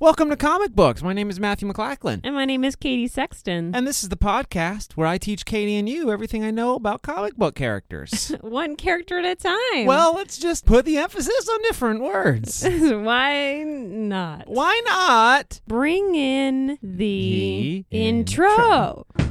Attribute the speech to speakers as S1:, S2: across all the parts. S1: Welcome to Comic Books. My name is Matthew McLachlan.
S2: And my name is Katie Sexton.
S1: And this is the podcast where I teach Katie and you everything I know about comic book characters.
S2: One character at a time.
S1: well, let's just put the emphasis on different words.
S2: why not?
S1: Why not?
S2: Bring in
S1: The
S2: the, intro.
S1: intro.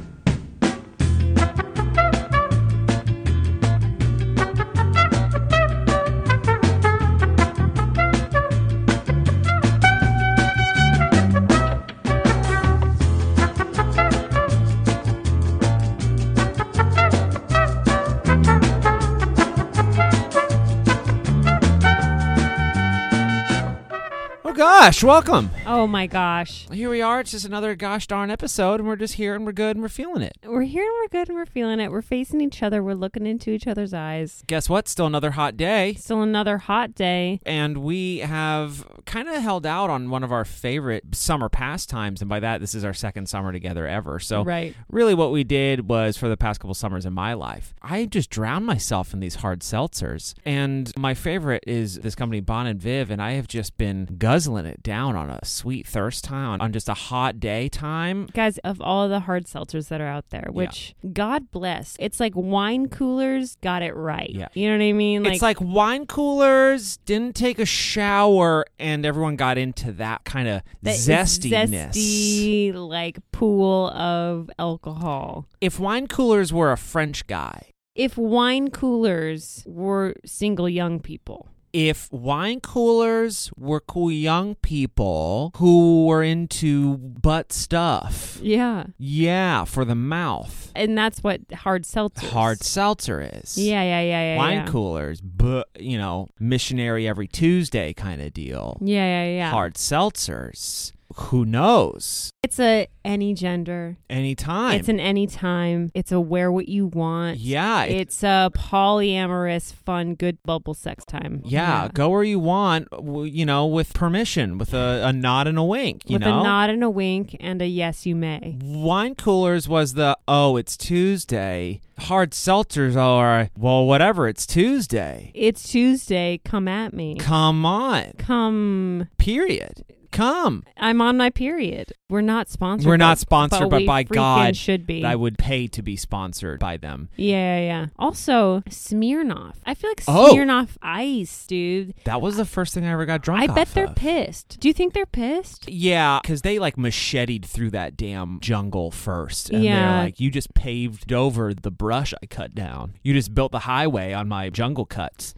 S1: Oh gosh, welcome.
S2: Oh my gosh.
S1: Here we are. It's just another gosh darn episode, and we're just here and we're good and we're feeling it.
S2: We're here and we're good and we're feeling it. We're facing each other. We're looking into each other's eyes.
S1: Guess what? Still another hot day.
S2: Still another hot day.
S1: And we have kind of held out on one of our favorite summer pastimes. And by that, this is our second summer together ever. So,
S2: Right.
S1: really, what we did was for the past couple summers in my life, I just drowned myself in these hard seltzers. And my favorite is this company, Bon and Viv. And I have just been guzzling it down on a sweet thirst time, on just a hot day time.
S2: Guys, of all the hard seltzers that are out there, which God bless, it's like wine coolers got it right.
S1: Yeah.
S2: You know what I mean?
S1: it's like wine coolers didn't take a shower, and everyone got into that kind of
S2: that
S1: zestiness.
S2: zesty like pool of alcohol.
S1: If wine coolers were a French guy,
S2: If wine coolers were single young people,
S1: if wine coolers were cool young people who were into butt stuff,
S2: yeah,
S1: yeah, for the mouth,
S2: and that's what hard seltzers.
S1: hard seltzer is.
S2: Yeah, yeah, yeah, yeah.
S1: wine
S2: yeah.
S1: coolers, but you know, missionary every Tuesday kind of deal.
S2: Yeah, yeah, yeah.
S1: Hard seltzers. Who knows?
S2: It's a any gender.
S1: Anytime.
S2: It's an any time. It's a wear what you want.
S1: yeah. it-
S2: It's a polyamorous, fun, good bubble sex time.
S1: yeah, go where you want, w- you know, with permission, with a, a nod and a wink, you
S2: With
S1: know?
S2: a nod and a wink and a yes, you may.
S1: Wine coolers was the oh, it's Tuesday. Hard seltzers are well, whatever. It's Tuesday.
S2: It's Tuesday. Come at me.
S1: Come on,
S2: Come.
S1: period. Come.
S2: I'm on my period. We're not sponsored.
S1: We're
S2: by-
S1: not sponsored, but
S2: we
S1: by
S2: freaking
S1: God,
S2: should be.
S1: I would pay to be sponsored by them.
S2: yeah, yeah, yeah. Also, Smirnoff. I feel like
S1: Oh.
S2: Smirnoff Ice, dude.
S1: That was the first thing I ever got drunk.
S2: I bet
S1: off
S2: they're
S1: of.
S2: pissed. Do you think they're pissed?
S1: Yeah, because they like macheted through that damn jungle first. And
S2: Yeah.
S1: they're like, you just paved over the brush I cut down. You just built the highway on my jungle cuts.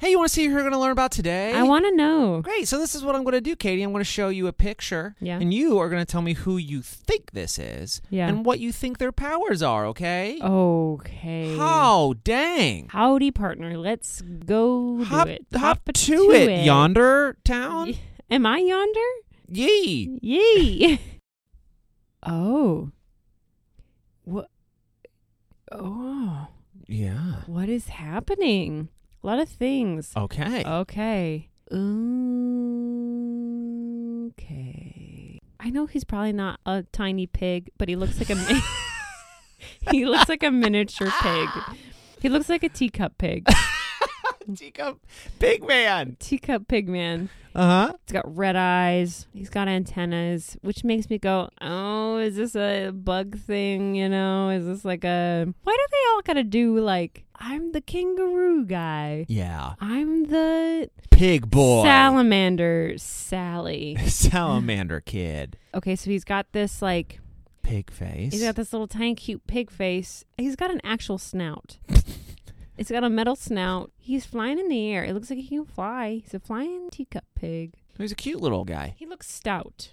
S1: Hey, you want to see who we're going to learn about today?
S2: I want to know.
S1: Great. So this is what I'm going to do, Katie. I'm going to show you a picture.
S2: Yeah.
S1: And you are going to tell me who you think this is
S2: Yeah.
S1: and what you think their powers are, okay?
S2: Okay.
S1: How dang.
S2: Howdy, partner. Let's go
S1: hop
S2: do it.
S1: hop
S2: to
S1: to it, yonder town.
S2: Y- Am I yonder?
S1: Yee.
S2: Yay. oh. What? Oh.
S1: Yeah.
S2: What is happening? A lot of things.
S1: Okay.
S2: Oh, Okay. Okay. I know he's probably not a tiny pig, but he looks like a mi- he looks like a miniature pig. He looks like a teacup pig.
S1: Teacup Big Man.
S2: teacup pig man.
S1: Uh-huh.
S2: He's got red eyes. He's got antennas, which makes me go, "Oh, is this a bug thing? You know, is this like a why do they all gotta do like I'm the kangaroo guy,
S1: Yeah.
S2: I'm the
S1: Pig boy.
S2: salamander Sally."
S1: Salamander kid.
S2: Okay, so he's got this like
S1: Pig face.
S2: he's got this little tiny cute pig face. He's got an actual snout. it's got a metal snout. He's flying in the air. It looks like he can fly. He's a flying teacup pig.
S1: He's a cute little guy.
S2: He looks stout.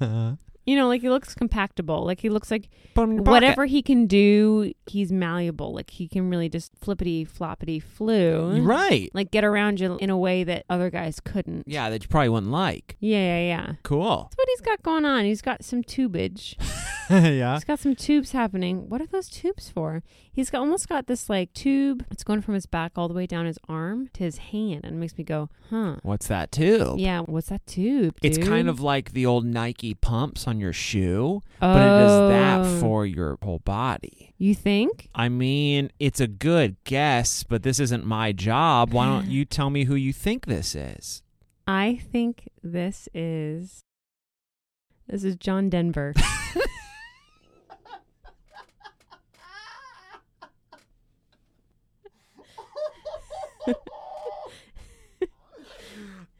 S1: Uh,
S2: You know, like he looks compactable. Like he looks like whatever he can do, he's malleable. Like he can really just flippity floppity flew.
S1: Right.
S2: Like get around you in a way that other guys couldn't.
S1: Yeah, that you probably wouldn't like.
S2: Yeah, yeah, yeah. That's
S1: Cool.
S2: what he's got going on. He's got some tubage.
S1: yeah.
S2: He's got some tubes happening. What are those tubes for? He's got almost got this like tube. It's going from his back all the way down his arm to his hand, and it makes me go, huh?
S1: What's that too?
S2: Yeah, what's that tube?
S1: It's
S2: dude?
S1: kind of like the old Nike pumps on your shoe, but it does
S2: Oh.
S1: that for your whole body.
S2: you think?
S1: I mean, it's a good guess, but this isn't my job. Why don't you tell me who you think this is?
S2: I think this is this is John Denver.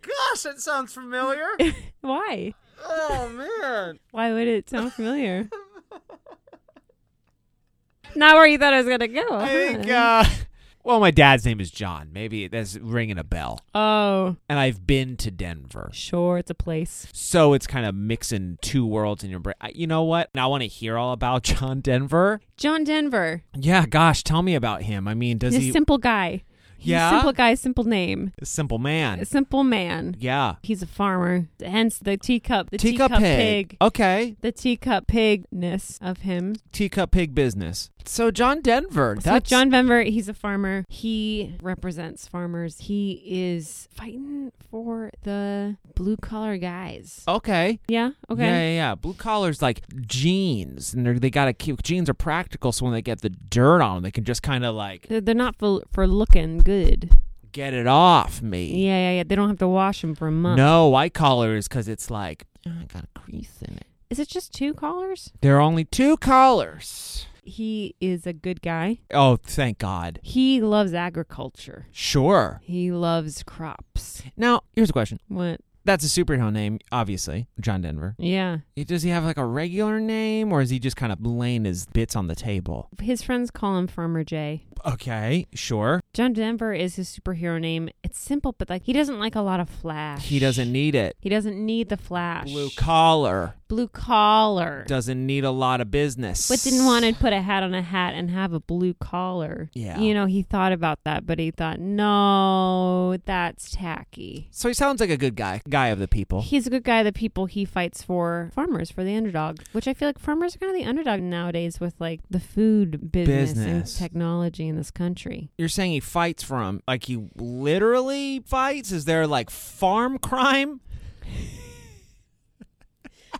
S3: Gosh, that sounds familiar.
S2: Why?
S3: Oh man.
S2: Why would it sound familiar? Not where you thought I was gonna go.
S1: I think,
S2: huh?
S1: uh, well, my dad's name is John. Maybe that's ringing a bell.
S2: oh,
S1: And I've been to Denver.
S2: sure, it's a place.
S1: So it's kind of mixing two worlds in your brain. I- You know what? Now I want to hear all about John Denver.
S2: John Denver,
S1: Yeah, gosh, tell me about him. I mean, does
S2: he's
S1: he
S2: a simple guy. He's
S1: Yeah?
S2: a simple guy, simple name,
S1: a simple
S2: a
S1: man?
S2: simple man.
S1: Yeah.
S2: He's a farmer, hence the teacup, the teacup, pig.
S1: Okay.
S2: the teacup pigness of him.
S1: Teacup pig business. So John Denver.
S2: So
S1: that's
S2: John Denver, he's a farmer. He represents farmers. He is fighting for the blue collar guys.
S1: Okay.
S2: Yeah. Okay.
S1: Oh. Yeah, yeah, yeah. Blue collar's like jeans, and they're, they gotta keep jeans are practical, so when they get the dirt on them, they can just kind of like
S2: They're- They're not for for looking good.
S1: get it off me.
S2: Yeah, yeah, yeah. They don't have to wash them for a month.
S1: No, white collar is because it's like "Oh, I got a crease in it.
S2: Is it just two collars?
S1: There are only two collars.
S2: He is a good guy.
S1: Oh, thank God.
S2: He loves agriculture.
S1: Sure.
S2: He loves crops.
S1: Now, here's a question.
S2: What?
S1: That's a superhero name, obviously. John Denver.
S2: Yeah.
S1: Does he have like a regular name, or is he just kind of laying his bits on the table?
S2: His friends call him Farmer Jay.
S1: Okay, sure.
S2: John Denver is his superhero name. It's simple, but like he doesn't like a lot of flash.
S1: He doesn't need it.
S2: He doesn't need the flash.
S1: Blue collar
S2: Blue collar.
S1: doesn't need a lot of business.
S2: But didn't want to put a hat on a hat and have a blue collar.
S1: Yeah.
S2: You know, he thought about that, but he thought, no, that's tacky.
S1: So he sounds like a good guy, guy of the people.
S2: He's a good guy. The people he fights for, farmers, for the underdog, which I feel like farmers are kind of the underdog nowadays with like the food business,
S1: Business.
S2: and technology in this country.
S1: You're saying he fights for him, like he literally fights? Is there like farm crime?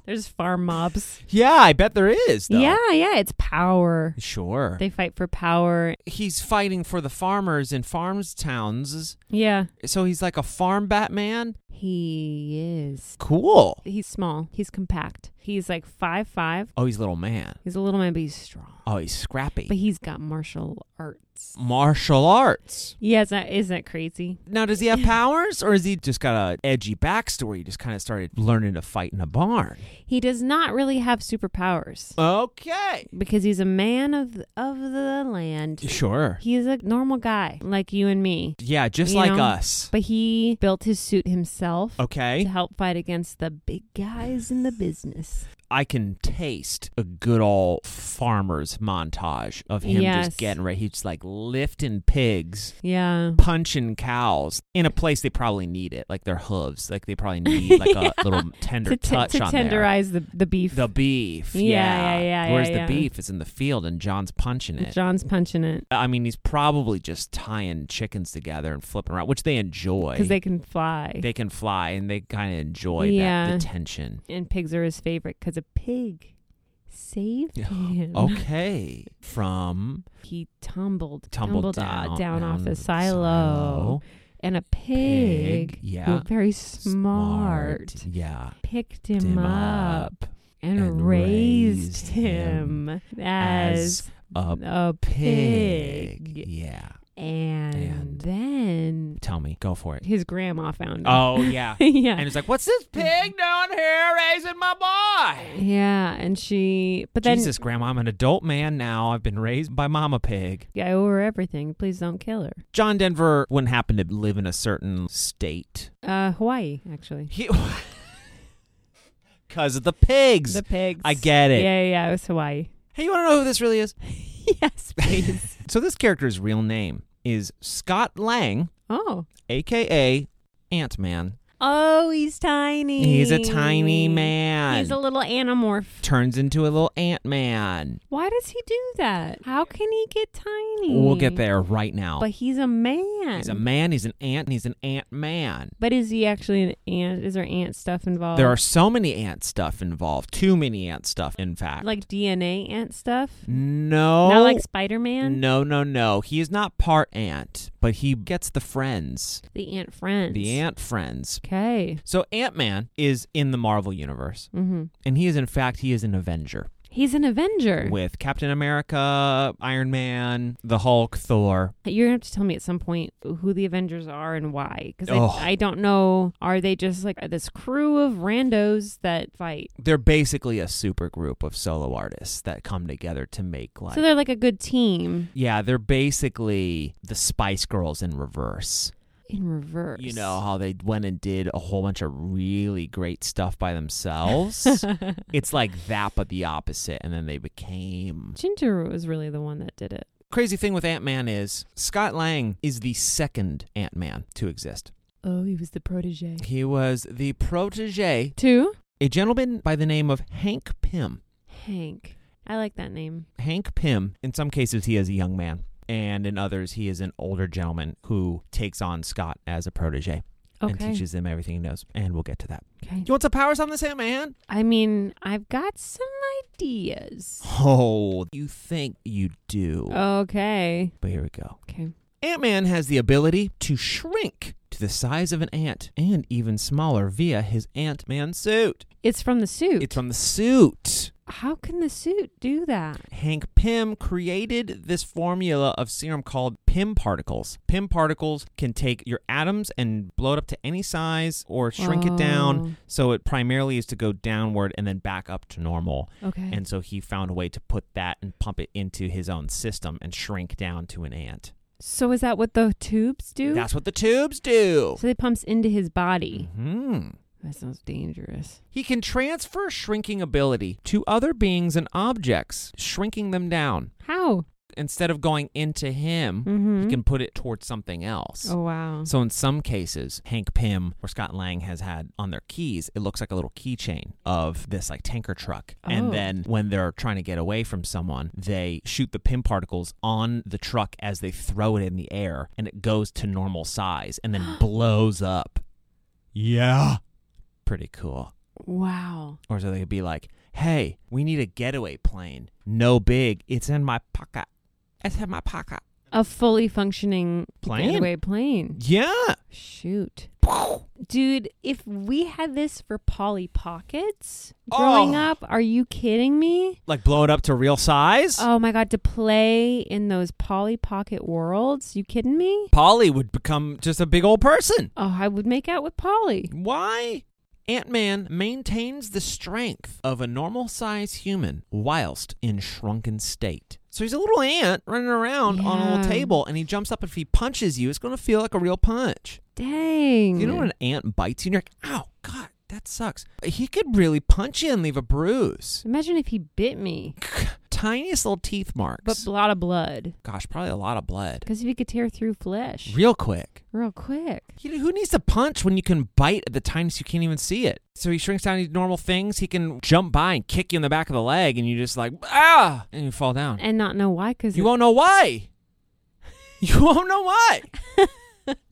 S2: There's farm mobs.
S1: Yeah, I bet there is. Though.
S2: Yeah, yeah. It's power.
S1: sure.
S2: They fight for power.
S1: he's fighting for the farmers in farms towns.
S2: Yeah.
S1: So he's like a farm Batman.
S2: He is.
S1: Cool.
S2: He's small. He's compact. He's like five five.
S1: Oh, he's a little man.
S2: He's a little man, but he's strong.
S1: Oh, he's scrappy.
S2: But he's got martial arts.
S1: Martial arts.
S2: Yeah, is that isn't that crazy?
S1: Now, does he have powers, or is he just got a edgy backstory? He just kind of started learning to fight in a barn.
S2: He does not really have superpowers
S1: Okay.
S2: because he's a man of of the land.
S1: Sure.
S2: He's a normal guy like you and me,
S1: Yeah, just
S2: You
S1: like
S2: know?
S1: us.
S2: but he built his suit himself to
S1: Okay.
S2: help fight against the big guys in the business.
S1: I can taste a good old farmer's montage of him
S2: Yes.
S1: just getting ready. He's just like lifting pigs.
S2: Yeah.
S1: punching cows in a place they probably need it, like their hooves. Like they probably need like
S2: Yeah.
S1: a little tender
S2: To, t-
S1: touch
S2: to
S1: on there.
S2: tenderize the, the beef.
S1: The beef,
S2: Yeah,
S1: yeah,
S2: yeah, yeah,
S1: Whereas
S2: yeah,
S1: the
S2: yeah.
S1: beef is in the field, and John's punching it.
S2: John's punching it
S1: I mean, he's probably just tying chickens together and flipping around, which they enjoy
S2: because they can fly.
S1: They can fly and they kind of enjoy
S2: Yeah.
S1: that the tension.
S2: and pigs are his favorite because a pig saved
S1: Yeah.
S2: him.
S1: Okay, from
S2: He tumbled,
S1: tumbled,
S2: uh,
S1: down,
S2: down off the silo, and a pig,
S1: Pig,
S2: who
S1: yeah,
S2: was very smart,
S1: yeah,
S2: picked him, up, and,
S1: and raised
S2: raised him, as
S1: up
S2: a pig.
S1: pig. Yeah.
S2: And,
S1: And-
S2: then
S1: Tell me. Go for it.
S2: his grandma found him.
S1: Oh, yeah.
S2: yeah.
S1: And it's like, what's this pig down here raising my boy?
S2: yeah, and she, but then
S1: Jesus, Grandma, I'm an adult man now. I've been raised by Mama Pig.
S2: I owe her everything. Please don't kill her.
S1: John Denver wouldn't happen to live in a certain state.
S2: Uh, Hawaii, actually.
S1: Because of the pigs.
S2: The pigs.
S1: I get it.
S2: Yeah, yeah, yeah, it was Hawaii.
S1: Hey, you want to know who this really is?
S2: yes, please.
S1: So, this character's real name is Scott Lang,
S2: oh.
S1: a.k.a. Ant Man.
S2: Oh, he's tiny.
S1: He's a tiny man.
S2: He's a little anamorph.
S1: Turns into a little Ant Man.
S2: Why does he do that? How can he get tiny?
S1: We'll get there right now.
S2: Hmm. But he's a man.
S1: He's a man. He's an ant. And he's an ant man.
S2: But is he actually an ant? Is there ant stuff involved?
S1: There are so many ant stuff involved. Too many ant stuff, in fact.
S2: like DNA ant stuff.
S1: no,
S2: Not like Spider Man.
S1: no, no, no. He is not part ant, but he gets the friends,
S2: The ant friends.
S1: the ant friends.
S2: Okay.
S1: So Ant Man is in the Marvel universe,
S2: Mm-hmm.
S1: and he is in fact he is an Avenger
S2: He's an Avenger.
S1: with Captain America, Iron Man, the Hulk, Thor.
S2: You're gonna have to tell me at some point who the Avengers are and why, because
S1: Oh.
S2: I, I don't know. Are they just like this crew of randos that fight?
S1: They're basically a super group of solo artists that come together to make like.
S2: so they're like a good team
S1: yeah, they're basically the Spice Girls in reverse.
S2: in reverse.
S1: You know how they went and did a whole bunch of really great stuff by themselves? it's like that, but the opposite. And then they became
S2: Jinjuro was really the one that did it.
S1: crazy thing with Ant Man is Scott Lang is the second Ant Man to exist.
S2: Oh, he was the protege.
S1: He was the protege,
S2: Two,
S1: a gentleman by the name of Hank Pym.
S2: Hank. I like that name.
S1: Hank Pym, in some cases, he is a young man, and in others, he is an older gentleman who takes on Scott as a protege and
S2: Okay.
S1: teaches him everything he knows. And we'll get to that.
S2: okay.
S1: You want some powers on this Ant Man?
S2: I mean, I've got some ideas.
S1: Oh, you think you do.
S2: Uh. Okay.
S1: But here we go.
S2: Okay.
S1: Ant Man has the ability to shrink to the size of an ant and even smaller via his Ant Man suit.
S2: It's from the suit.
S1: It's from the suit.
S2: How can the suit do that?
S1: Hank Pym created this formula of serum called Pym particles. Pym particles can take your atoms and blow it up to any size or shrink it
S2: Oh.
S1: down. So it primarily is to go downward and then back up to normal.
S2: Oh, Okay.
S1: And so he found a way to put that and pump it into his own system and shrink down to an ant.
S2: so is that what the tubes do?
S1: That's what the tubes do.
S2: so they pumps into his body.
S1: hmm
S2: That sounds dangerous.
S1: He can transfer shrinking ability to other beings and objects, shrinking them down.
S2: How?
S1: Instead of going into him,
S2: Mm-hmm.
S1: he can put it towards something else.
S2: oh wow.
S1: So in some cases, Hank Pym or Scott Lang has had on their keys, it looks like a little keychain of this like tanker truck.
S2: Oh.
S1: And then when they're trying to get away from someone, they shoot the Pym particles on the truck as they throw it in the air and it goes to normal size and then blows up. Yeah. Pretty cool.
S2: wow.
S1: Or so they could be like, hey, we need a getaway plane. No big. It's in my pocket. It's in my pocket.
S2: A fully functioning
S1: Plane?
S2: getaway plane.
S1: Yeah.
S2: Shoot. Dude, if we had this for Polly Pockets growing
S1: Oh.
S2: up, are you kidding me?
S1: Like blow it up to real size.
S2: Oh my god, to play in those Polly Pocket worlds? You kidding me?
S1: Polly would become just a big old person.
S2: Oh, I would make out with Polly.
S1: Why? Ant Man maintains the strength of a normal size human whilst in shrunken state. So he's a little ant running around on a
S2: Yeah.
S1: little table and he jumps up. and If he punches you, it's going to feel like a real punch.
S2: Dang.
S1: You know when an ant bites you and you're like, ow, God, that sucks. He could really punch you and leave a bruise.
S2: Imagine if he bit me,
S1: Tiniest little teeth marks.
S2: but a lot of blood.
S1: Gosh, probably a lot of blood.
S2: Because if he could tear through flesh
S1: Real quick.
S2: real quick.
S1: You know, who needs to punch when you can bite at the tiniest you can't even see it? So he shrinks down to normal things. He can jump by and kick you in the back of the leg, and you just like, ah, and you fall down.
S2: And not know why, because
S1: you won't know why. You won't know why.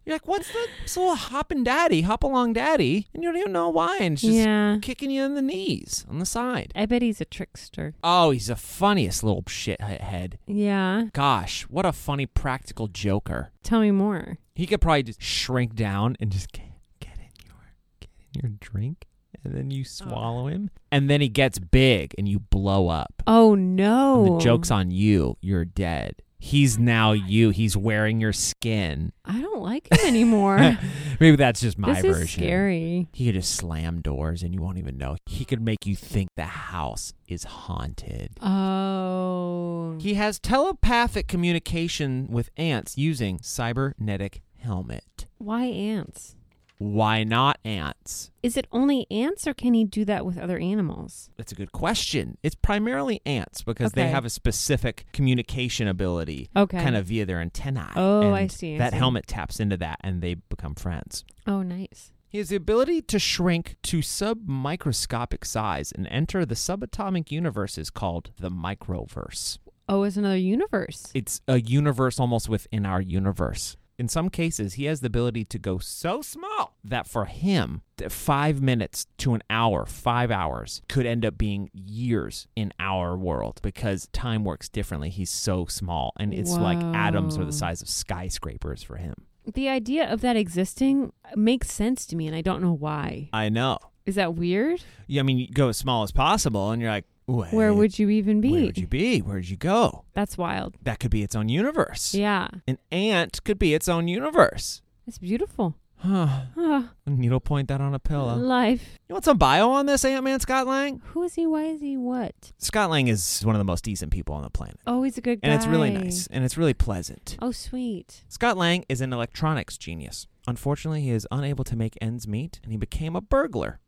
S1: You're like, what's the this little hopping daddy, hop along daddy? And you don't even know why. And it's just
S2: yeah.
S1: kicking you in the knees on the side.
S2: I bet he's a trickster.
S1: Oh, he's the funniest little shithead.
S2: Yeah.
S1: Gosh, what a funny practical joker.
S2: Tell me more.
S1: He could probably just shrink down and just get, get in your get in your drink, and then you swallow him, and then he gets big and you blow up.
S2: Oh
S1: And
S2: no.
S1: the joke's on you. You're dead. He's now you. He's wearing your skin.
S2: I don't like him anymore.
S1: Maybe that's just my
S2: this
S1: version.
S2: is scary.
S1: He could just slam doors and you won't even know. He could make you think the house is haunted.
S2: Oh.
S1: He has telepathic communication with ants using cybernetic helmet.
S2: Why ants?
S1: Why not ants?
S2: Is it only ants or can he do that with other animals?
S1: That's a good question. It's primarily ants because they
S2: Okay.
S1: have a specific communication ability
S2: Okay.
S1: kind of via their antennae.
S2: Oh, I
S1: and
S2: see, I
S1: That
S2: see.
S1: helmet taps into that and they become friends.
S2: Oh, nice.
S1: He has the ability to shrink to submicroscopic size and enter the subatomic universes called the microverse.
S2: Oh, it's another universe.
S1: It's a universe almost within our universe. In some cases, he has the ability to go so small that for him, th- five minutes to an hour, five hours could end up being years in our world because time works differently. He's so small, and it's like atoms are
S2: Wow.
S1: the size of skyscrapers for him.
S2: the idea of that existing makes sense to me, and I don't know why.
S1: I know.
S2: Is that weird?
S1: Yeah, I mean, you go as small as possible, and you're like, Wait,
S2: Where would you even be?
S1: where would you be? Where'd you go?
S2: That's wild.
S1: That could be its own universe.
S2: Yeah,
S1: An ant could be its own universe.
S2: it's beautiful.
S1: Huh.
S2: Ah,
S1: Needle point that on a pillow.
S2: life.
S1: You want some bio on this Ant Man Scott Lang?
S2: Who is he? Why is he? What?
S1: Scott Lang is one of the most decent people on the planet.
S2: Oh, he's a good guy.
S1: And it's really nice and it's really pleasant.
S2: Oh, sweet.
S1: Scott Lang is an electronics genius. Unfortunately, he is unable to make ends meet and he became a burglar.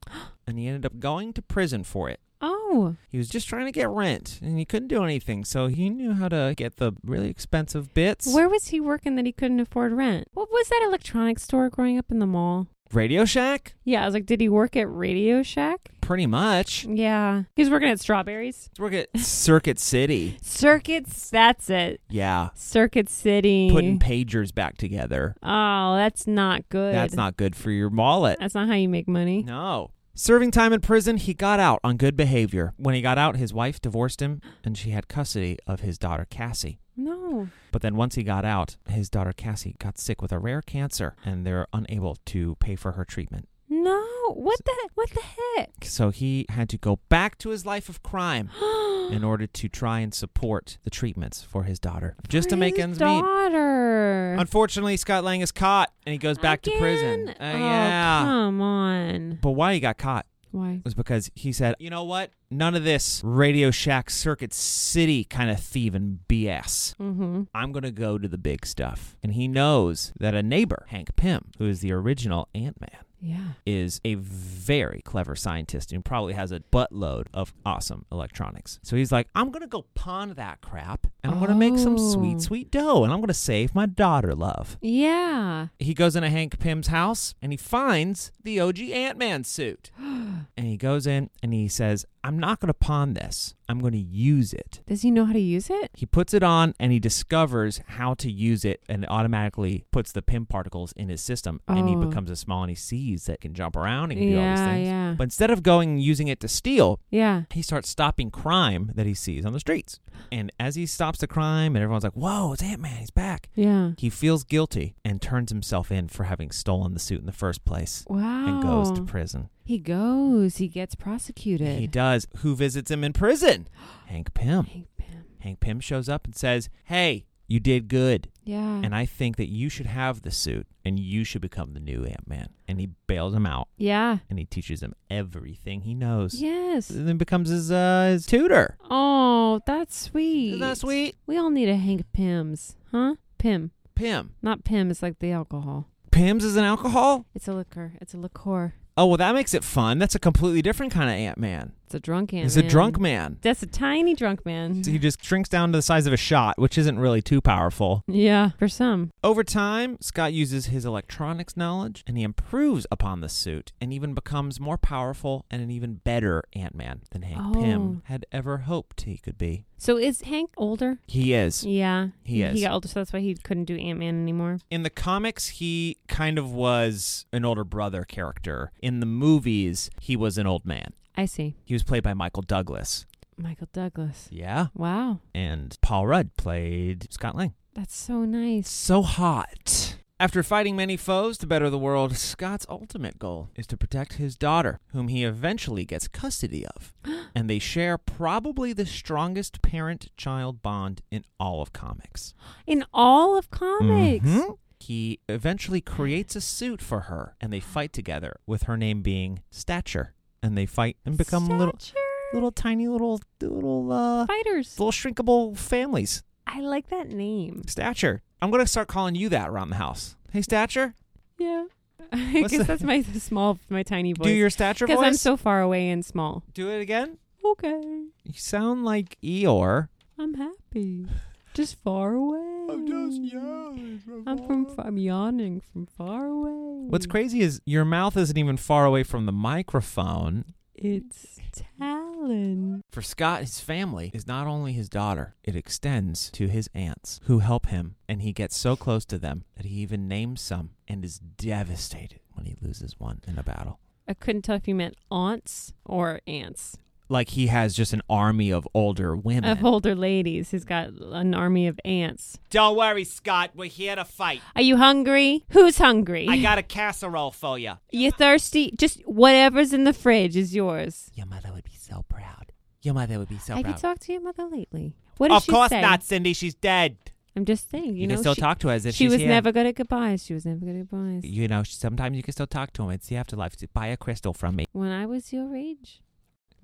S1: and he ended up going to prison for it.
S2: Oh,
S1: He was just trying to get rent and he couldn't do anything, so he knew how to get the really expensive bits.
S2: where was he working that he couldn't afford rent? What was that electronics store growing up in the mall?
S1: Radio Shack?
S2: Yeah, I was like, did he work at Radio Shack?
S1: Pretty much.
S2: Yeah, he was working at Strawberries.
S1: Let's work at Circuit City.
S2: Circuits. That's it.
S1: Yeah.
S2: Circuit City.
S1: Putting pagers back together.
S2: oh, that's not good.
S1: That's not good for your wallet.
S2: That's not how you make money.
S1: No. Serving time in prison, he got out on good behavior. When he got out, his wife divorced him and she had custody of his daughter Cassie.
S2: No.
S1: But then once he got out, his daughter Cassie got sick with a rare cancer and they're unable to pay for her treatment.
S2: No. What the what the heck?
S1: So he had to go back to his life of crime in order to try and support the treatments for his daughter just to make
S2: His
S1: ends meet.
S2: daughter.
S1: Unfortunately, Scott Lang is caught and he goes back to prison.
S2: Again?
S1: Uh,
S2: oh,
S1: yeah.
S2: Come on.
S1: But why he got caught
S2: Why?
S1: was because he said, you know what? None of this Radio Shack Circuit City kind of thieving BS.
S2: Mm-hmm.
S1: I'm going to go to the big stuff. And he knows that a neighbor, Hank Pym, who is the original Ant Man,
S2: Yeah.
S1: is a very clever scientist and probably has a buttload of awesome electronics. So he's like, I'm going to go pawn that crap and I'm going to make some
S2: Oh.
S1: sweet, sweet dough and I'm going to save my daughter love.
S2: Yeah.
S1: He goes into Hank Pym's house and he finds the OG Ant Man suit. and he goes in and he says, I'm not going to pawn this. I'm going to use it.
S2: Does he know how to use it?
S1: He puts it on and he discovers how to use it and automatically puts the pim particles in his system. And he
S2: Oh.
S1: becomes a small and he sees that he can jump around and he can do all these
S2: Yeah.
S1: things.
S2: Yeah.
S1: But instead of going and using it to steal,
S2: yeah.
S1: he starts stopping crime that he sees on the streets. And as he stops the crime and everyone's like, whoa, it's Ant Man, he's back.
S2: Yeah.
S1: He feels guilty and turns himself in for having stolen the suit in the first place
S2: Wow.
S1: and goes to prison.
S2: He goes. Oh. He gets prosecuted.
S1: He does. Who visits him in prison? Hank Pym.
S2: Hank Pym.
S1: Hank Pym shows up and says, Hey, you did good.
S2: Yeah.
S1: And I think that you should have the suit and you should become the new Ant Man. And he bails him out
S2: yeah.
S1: and he teaches him everything he knows.
S2: Yes.
S1: And then becomes his, uh, his tutor.
S2: Oh, that's sweet.
S1: Isn't that sweet?
S2: We all need a Hank Pym's, huh? Pym.
S1: Pym.
S2: Not Pym, it's like the alcohol.
S1: Pym's is an alcohol?
S2: It's a liquor. It's a liqueur.
S1: Oh, well, that makes it fun. That's a completely different kind of Ant Man.
S2: It's a drunk Ant
S1: He's a drunk man.
S2: That's a tiny drunk man.
S1: He just shrinks down to the size of a shot, which isn't really too powerful.
S2: yeah, for some.
S1: Over time, Scott uses his electronics knowledge and he improves upon the suit and even becomes more powerful and an even better Ant Man than Hank
S2: Oh.
S1: Pym had ever hoped he could be.
S2: So is Hank older?
S1: He is.
S2: Yeah.
S1: He is.
S2: He got older, so that's why he couldn't do Ant Man anymore.
S1: In the comics, he kind of was an older brother character. In the movies, he was an old man.
S2: I see.
S1: He was played by Michael Douglas.
S2: Michael Douglas.
S1: Yeah.
S2: Wow.
S1: And Paul Rudd played Scott Lang.
S2: That's so nice.
S1: So hot. After fighting many foes to better the world, Scott's ultimate goal is to protect his daughter, whom he eventually gets custody of. and they share probably the strongest parent child bond in all of comics.
S2: In all of comics.
S1: Mhm. He eventually creates a suit for her, and they fight together, with her name being Stature. And they fight and become little,
S2: Stature.
S1: little tiny little, little, uh,
S2: fighters.
S1: little shrinkable families.
S2: I like that name.
S1: Stature. I'm going to start calling you that around the house. Hey, Stature.
S2: Yeah. I
S1: What's
S2: guess
S1: the-
S2: that's my small, my tiny voice.
S1: Do your stature voice.
S2: Because I'm so far away and small.
S1: Do it again.
S2: Okay.
S1: You sound like Eeyore.
S2: I'm happy. Just far away. I'm from. fa- I'm yawning from far away.
S1: What's crazy is your mouth isn't even far away from the microphone.
S2: It's Talon.
S1: For Scott, his family is not only his daughter, it extends to his aunts who help him, and he gets so close to them that he even names some and is devastated when he loses one in a battle.
S2: I couldn't tell if you meant aunts or ants.
S1: like he has just an army of older women.
S2: Of older ladies. He's got an army of ants.
S4: Don't worry, Scott. We're here to fight.
S2: Are you hungry? Who's hungry?
S4: I got a casserole for you.
S2: you thirsty? Just whatever's in the fridge is yours.
S4: Your mother would be so proud. Your mother would be so
S2: I
S4: proud.
S2: could talk to your mother lately. What did
S4: of
S2: she
S4: course
S2: say?
S4: not, Cindy. She's dead.
S2: I'm just saying. You,
S1: you,
S2: know,
S1: can still
S2: she,
S1: talk to her as if
S2: she
S1: she's
S2: was
S1: here.
S2: never good at goodbyes. She was never good at goodbyes.
S1: You know, sometimes you can still talk to him. It's the afterlife. Buy a crystal from me.
S2: When I was your age.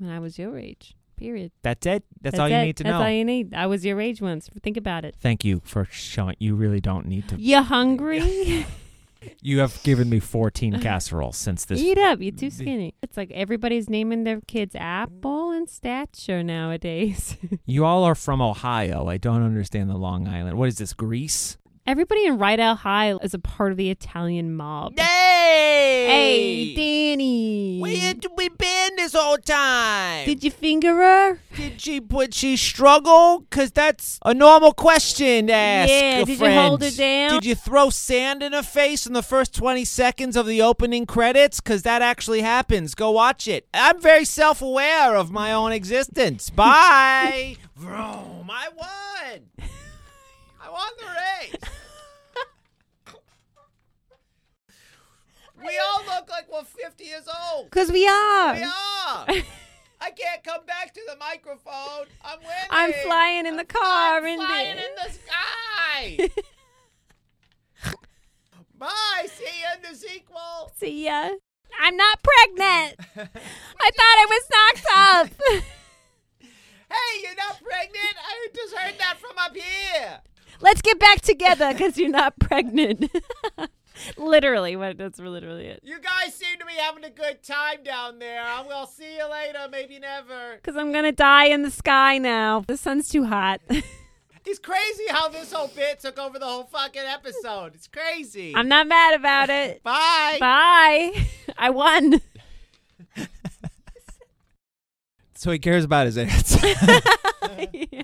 S2: When I was your age. Period.
S1: That's it. That's, all you
S2: it.
S1: need to
S2: That's
S1: know.
S2: all you need. I was your age once. Think about it.
S1: Thank you for showing. You really don't need to.
S2: You hungry?
S1: You have given me 14 casseroles since this.
S2: Eat up. You're too skinny. It's like everybody's naming their kids Apple and Stature nowadays.
S1: You all are from Ohio. I don't understand the Long Island. What is this, Greece?
S2: Everybody in Rydell High is a part of the Italian mob.
S4: Hey!
S2: Hey, Danny.
S4: Where had we been this whole time?
S2: Did you finger her?
S4: Did she would she struggle? Cause that's a normal question to ask.
S2: Yeah,
S4: a
S2: did you
S4: friend.
S2: hold her down?
S4: Did you throw sand in her face in the first twenty seconds of the opening credits? Cause that actually happens. Go watch it. I'm very self aware of my own existence. Bye. Vroom. I won. I won the race. We all look like we're fifty years old.
S2: Because we are.
S4: We are. ah! I can't come back to the microphone. I'm winning.
S2: I'm flying in the car. and
S4: Flying in the sky. Bye. See you in the sequel.
S2: See ya. I'm not pregnant. I thought it was knocked up.
S4: Hey, you're not pregnant. I just heard that from up here.
S2: Let's get back together because you're not pregnant. literally, what that's literally it.
S4: You guys seem to be having a good time down there. I will see you later. Maybe never.
S2: Because I'm gonna die in the sky now. The sun's too hot.
S4: It's crazy how this whole bit took over the whole fucking episode. It's crazy.
S2: I'm not mad about it.
S4: Bye.
S2: Bye. I won.
S1: So he cares about his ants.
S2: yeah.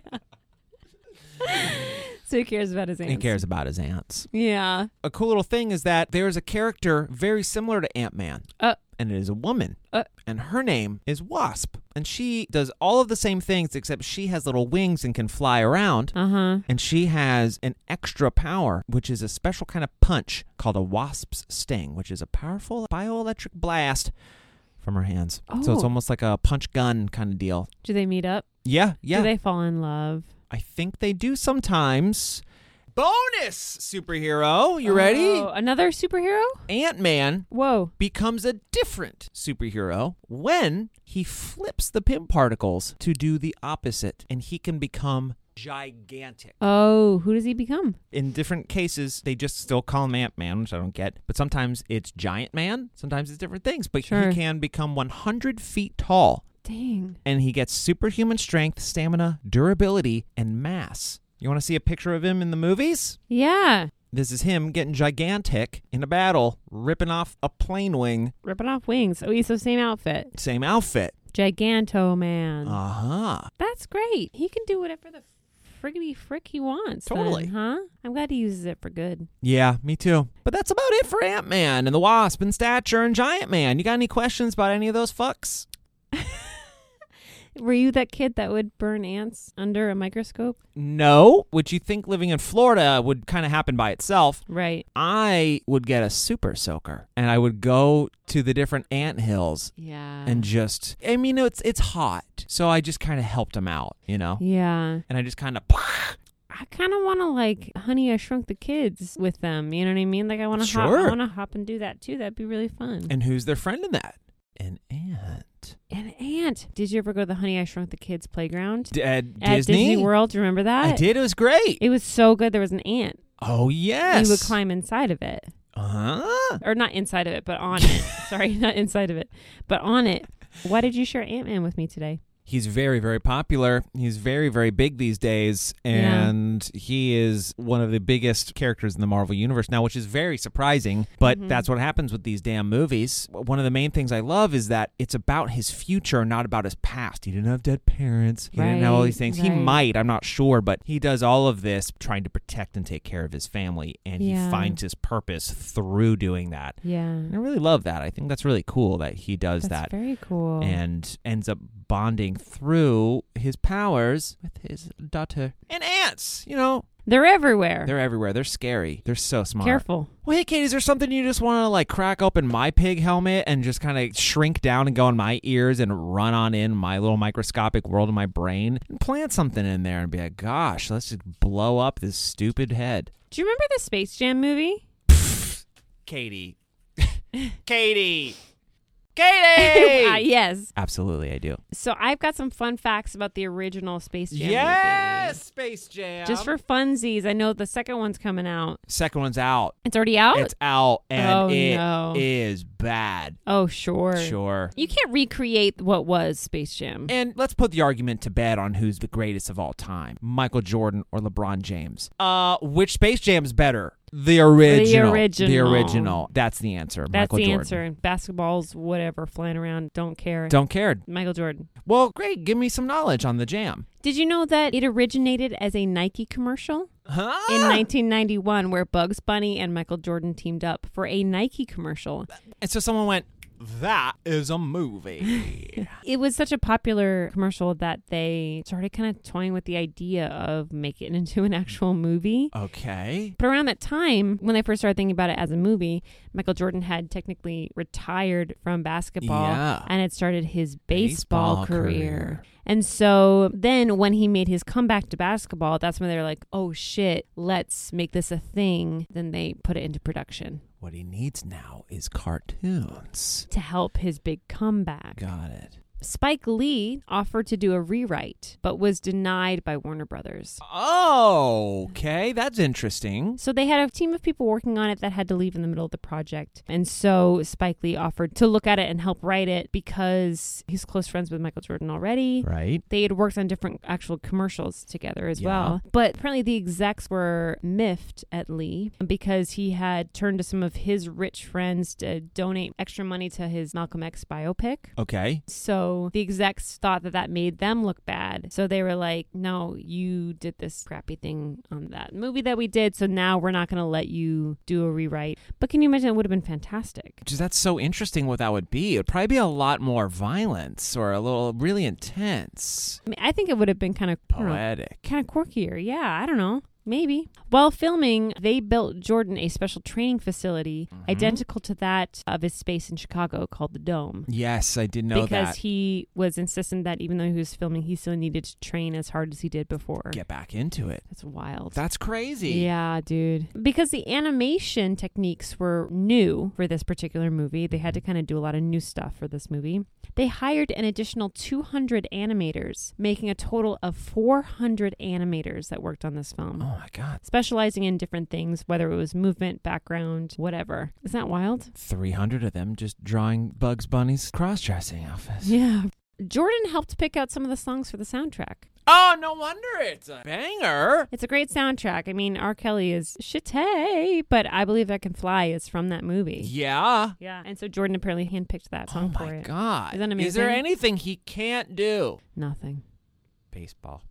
S2: So who cares about his ants?
S1: he cares about his ants.
S2: Yeah.
S1: A cool little thing is that there is a character very similar to Ant Man,
S2: Uh.
S1: and it is a woman,
S2: Uh.
S1: and her name is Wasp, and she does all of the same things except she has little wings and can fly around.
S2: Uh huh.
S1: And she has an extra power, which is a special kind of punch called a wasp's sting, which is a powerful bioelectric blast from her hands. So it's
S2: Oh.
S1: almost like a punch gun kind of deal.
S2: Do they meet up?
S1: Yeah, yeah.
S2: Do they fall in love?
S1: I think they do sometimes. Bonus superhero, you ready?
S2: Oh, another superhero?
S1: Ant Man
S2: Whoa.
S1: becomes a different superhero when he flips the pimp particles to do the opposite, and he can become gigantic.
S2: Oh, who does he become?
S1: in different cases, they just still call him Ant Man, which I don't get. But sometimes it's Giant Man, sometimes it's different things. But
S2: Sure.
S1: he can become 100 feet tall,
S2: Dang.
S1: and he gets superhuman strength, stamina, durability, and mass. You want to see a picture of him in the movies?
S2: Yeah.
S1: This is him getting gigantic in a battle, ripping off a plane wing,
S2: Ripping off wings. Oh, he's the same outfit.
S1: same outfit.
S2: Giganto man.
S1: Uh huh.
S2: That's great. He can do whatever the friggity frick he wants. then,
S1: Totally.
S2: huh? I'm glad he uses it for good.
S1: Yeah, me too. But that's about it for Ant Man and the Wasp and Stature and Giant Man. You got any questions about any of those fucks?
S2: Were you that kid that would burn ants under a microscope?
S1: No, which you think living in Florida would kind of happen by itself.
S2: Right.
S1: I would get a super soaker and I would go to the different ant hills
S2: Yeah.
S1: and just I mean it's it's hot. So I just kind of helped him out, you know.
S2: yeah.
S1: And I just kind of
S2: I kind of want to like, honey, I shrunk the kids with them. You know what I mean? Like, I want to hop.
S1: Sure.
S2: I want to hop and do that too. That'd be really fun.
S1: And who's their friend in that? An ant.
S2: An ant. Did you ever go to the Honey I Shrunk the Kids playground
S1: D- at
S2: at
S1: Disney?
S2: Disney World? Do you remember that?
S1: I did. It was great.
S2: It was so good. There was an ant.
S1: oh yes.
S2: You would climb inside of it,
S1: Uh-huh.
S2: or not inside of it, but on it. Sorry, not inside of it, but on it. Why did you share Ant Man with me today?
S1: He's very, very popular. He's very, very big these days.
S2: Yeah.
S1: And he is one of the biggest characters in the Marvel Universe now, which is very surprising. But
S2: Mhm.
S1: that's what happens with these damn movies. One of the main things I love is that it's about his future, not about his past. He didn't have dead parents. He didn't have all
S2: Right,
S1: these things. He
S2: right.
S1: might, I'm not sure, but he does all of this trying to protect and take care of his family. And
S2: Yeah.
S1: he finds his purpose through doing that.
S2: Yeah,
S1: And I really love that. I think that's really cool that he does that
S2: that's very cool.
S1: and ends up bonding through his powers with his daughter. And ants, you know,
S2: They're everywhere.
S1: they're everywhere. They're scary. They're so smart.
S2: Careful.
S1: Well, hey, Kate, is there something you just want to like crack open my pig helmet and just kind of shrink down and go in my ears and run on in my little microscopic world of my brain and plant something in there and be like, gosh, let's just blow up this stupid head.
S2: Do you remember the Space Jam movie?
S1: Katie.
S4: Katie. Katie.
S2: Ah, yes.
S1: Absolutely, I do.
S2: So I've got some fun facts about the original Space Jam.
S4: Yes, Space Jam.
S2: Movie. Just for funsies, I know the second one's coming out.
S1: Second one's out.
S2: It's already out?
S1: It's out
S2: Oh,
S1: and it is
S2: no.
S1: bad.
S2: oh, sure.
S1: Sure.
S2: You can't recreate what was Space Jam.
S1: And let's put the argument to bed on who's the greatest of all time Michael Jordan or LeBron James. Uh, which Space Jam's better? The original. The
S2: original.
S1: original. That's the answer.
S2: That's
S1: Michael
S2: the
S1: Jordan.
S2: answer. Basketballs, whatever, flying around, don't care.
S1: Don't care.
S2: Michael Jordan.
S1: Well, great. Give me some knowledge on the jam.
S2: Did you know that it originated as a Nike commercial?
S4: Huh?
S2: In
S1: Ah!
S2: 1991, where Bugs Bunny and Michael Jordan teamed up for a Nike commercial.
S1: And so someone went,
S4: that is a movie.
S2: It was such a popular commercial that they started kind of toying with the idea of making it into an actual movie.
S1: okay.
S2: But around that time, when they first started thinking about it as a movie, Michael Jordan had technically retired from basketball
S1: Yeah.
S2: and had started his baseball,
S1: Baseball
S2: career.
S1: career.
S2: And so then when he made his comeback to basketball, that's when they were like, oh shit, let's make this a thing. Then they put it into production
S1: What he needs now is cartoons.
S2: to help his big comeback.
S1: Got it.
S2: Spike Lee offered to do a rewrite, but was denied by Warner Brothers.
S1: Oh, okay. That's interesting.
S2: So they had a team of people working on it that had to leave in the middle of the project. And so Spike Lee offered to look at it and help write it because he's close friends with Michael Jordan already.
S1: Right?
S2: They had worked on different actual commercials together as
S1: Yeah.
S2: well. But apparently, the execs were miffed at Lee because he had turned to some of his rich friends to donate extra money to his Malcolm X biopic.
S1: Okay.
S2: So the execs thought that that made them look bad. So they were like, no, you did this crappy thing on that movie that we did. So now we're not going to let you do a rewrite. But can you imagine? It would have been fantastic.
S1: Just that's so interesting what that would be. It'd probably be a lot more violence or a little really intense.
S2: I mean, I think it would have been kind of
S1: Poetic.
S2: kind of quirkier. Yeah, I don't know. Maybe. While filming, they built Jordan a special training facility
S1: Mm-hmm.
S2: identical to that of his space in Chicago called the Dome.
S1: Yes, I did know
S2: because
S1: that.
S2: he was insistent that even though he was filming, he still needed to train as hard as he did before.
S1: Get back into it.
S2: That's wild.
S1: That's crazy.
S2: Yeah, dude. Because the animation techniques were new for this particular movie, they had to kind of do a lot of new stuff for this movie. They hired an additional 200 animators, making a total of 400 animators that worked on this film.
S1: Oh my god.
S2: Specializing in different things, whether it was movement, background, whatever. Isn't that wild?
S1: 300 of them just drawing Bugs Bunny's cross-dressing outfits.
S2: Yeah. Jordan helped pick out some of the songs for the soundtrack.
S4: oh, no wonder it's a banger.
S2: It's a great soundtrack. I mean, R. Kelly is shit, but I believe I can fly is from that movie.
S4: Yeah.
S2: Yeah. And so Jordan apparently handpicked that
S1: Oh
S2: song for
S1: my
S2: it.
S1: god.
S2: Is that
S4: Is there
S2: amazing?
S4: anything he can't do?
S2: Nothing.
S1: Baseball.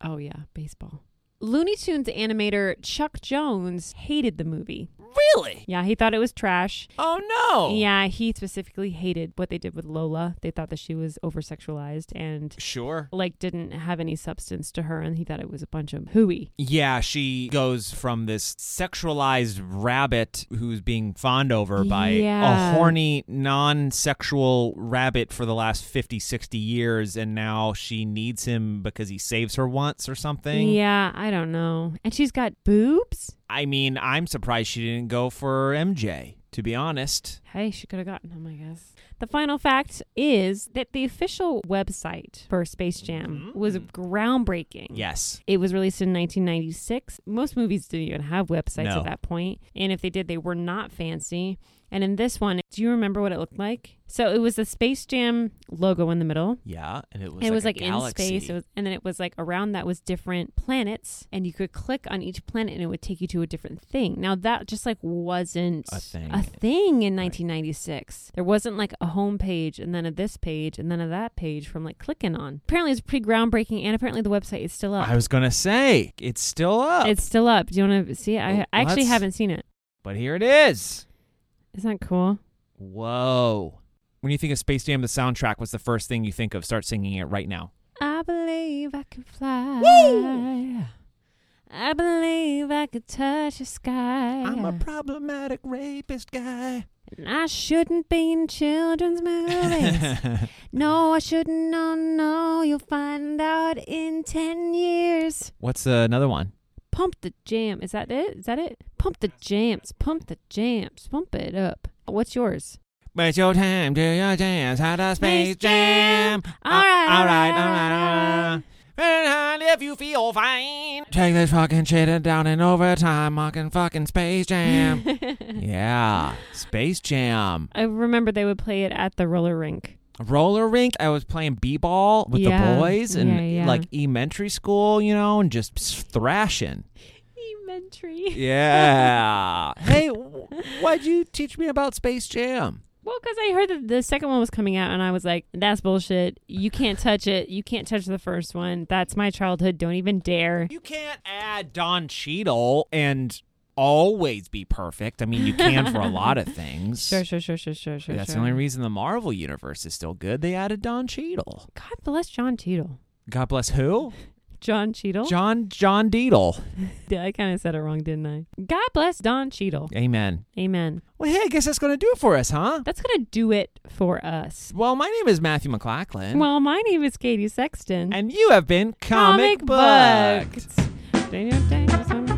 S2: Oh yeah, baseball. Looney Tunes animator Chuck Jones hated the movie.
S4: Really?
S2: Yeah, he thought it was trash.
S4: Oh no.
S2: Yeah, he specifically hated what they did with Lola. They thought that she was over sexualized and
S4: Sure.
S2: like didn't have any substance to her and he thought it was a bunch of hooey.
S1: Yeah, she goes from this sexualized rabbit who's being fawned over by
S2: Yeah.
S1: a horny, non sexual rabbit for the last 50, 60 years, and now she needs him because he saves her once or something.
S2: Yeah, I don't know. And she's got boobs?
S1: I mean, I'm surprised she didn't go for MJ, to be honest.
S2: Hey, she could have gotten him, I guess. The final fact is that the official website for Space Jam
S1: Mm-hmm.
S2: was groundbreaking.
S1: Yes.
S2: It was released in 1996. Most movies didn't even have websites
S1: No.
S2: at that point, and if they did, they were not fancy. And in this one, do you remember what it looked like? So it was the Space Jam logo in the middle.
S1: Yeah, and it was
S2: and
S1: like,
S2: it was
S1: a
S2: like in
S1: galaxy.
S2: space, it was, and then it was like around that was different planets, and you could click on each planet, and it would take you to a different thing. Now that just like wasn't
S1: A thing.
S2: thing in 1996. There wasn't like a home page, and then a this page, and then a that page from like clicking on. Apparently, it's pretty groundbreaking, and apparently the website is still up.
S1: I was gonna say it's still up,
S2: It's still up. Do you want to see it? I,
S1: Oh,
S2: I actually
S1: let's-
S2: haven't seen it.
S1: but here it is.
S2: Isn't that cool?
S1: Whoa! When you think of Space Jam, the soundtrack, what's the first thing you think of? Start singing it right now.
S2: I believe I can fly. I believe I could touch the sky.
S4: I'm a problematic rapist guy.
S2: And I shouldn't be in children's movies. no, I shouldn't. No, no, you'll find out in ten years.
S1: What's uh, another one?
S2: Pump the jam. Is that it? Is that it? Pump the jams. Pump the jams. Pump it up. What's yours?
S1: It's your time, do your dance, how to Space Jam. Uh,
S2: All right,
S1: all
S2: all
S1: right,
S2: right,
S1: all right, all right.
S4: And if you feel fine.
S1: Take this fucking shit down in overtime, mocking fucking Space Jam. yeah, Space Jam.
S2: I remember they would play it at the roller rink.
S1: Roller rink, I was playing b-ball with
S2: Yeah,
S1: the boys and
S2: yeah, yeah.
S1: like elementary school, you know, and just thrashing.
S2: Elementary.
S1: Yeah. hey, wh- why'd you teach me about Space Jam?
S2: Well, because I heard that the second one was coming out, and I was like, "That's bullshit. You can't touch it. You can't touch the first one. That's my childhood. Don't even dare."
S4: You can't add.
S1: Don Cheadle and always be perfect. I mean, you can for a lot of things.
S2: Sure, sure, sure, sure, sure, sure.
S1: That's
S2: sure.
S1: the only reason the Marvel universe is still good. They added Don Cheadle.
S2: God bless John Cheadle.
S1: God bless who?
S2: John Cheadle.
S1: John John Deedle.
S2: Yeah, I kind of said it wrong, didn't I? God bless Don Cheadle.
S1: Amen.
S2: Amen.
S1: Well, hey, I guess that's gonna do it for us, huh?
S2: That's gonna do it for us.
S1: Well, my name is Matthew McLachlan,
S2: Well, my name is Katie Sexton.
S1: and you have been comic,
S2: Comic
S1: booked.
S2: Booked.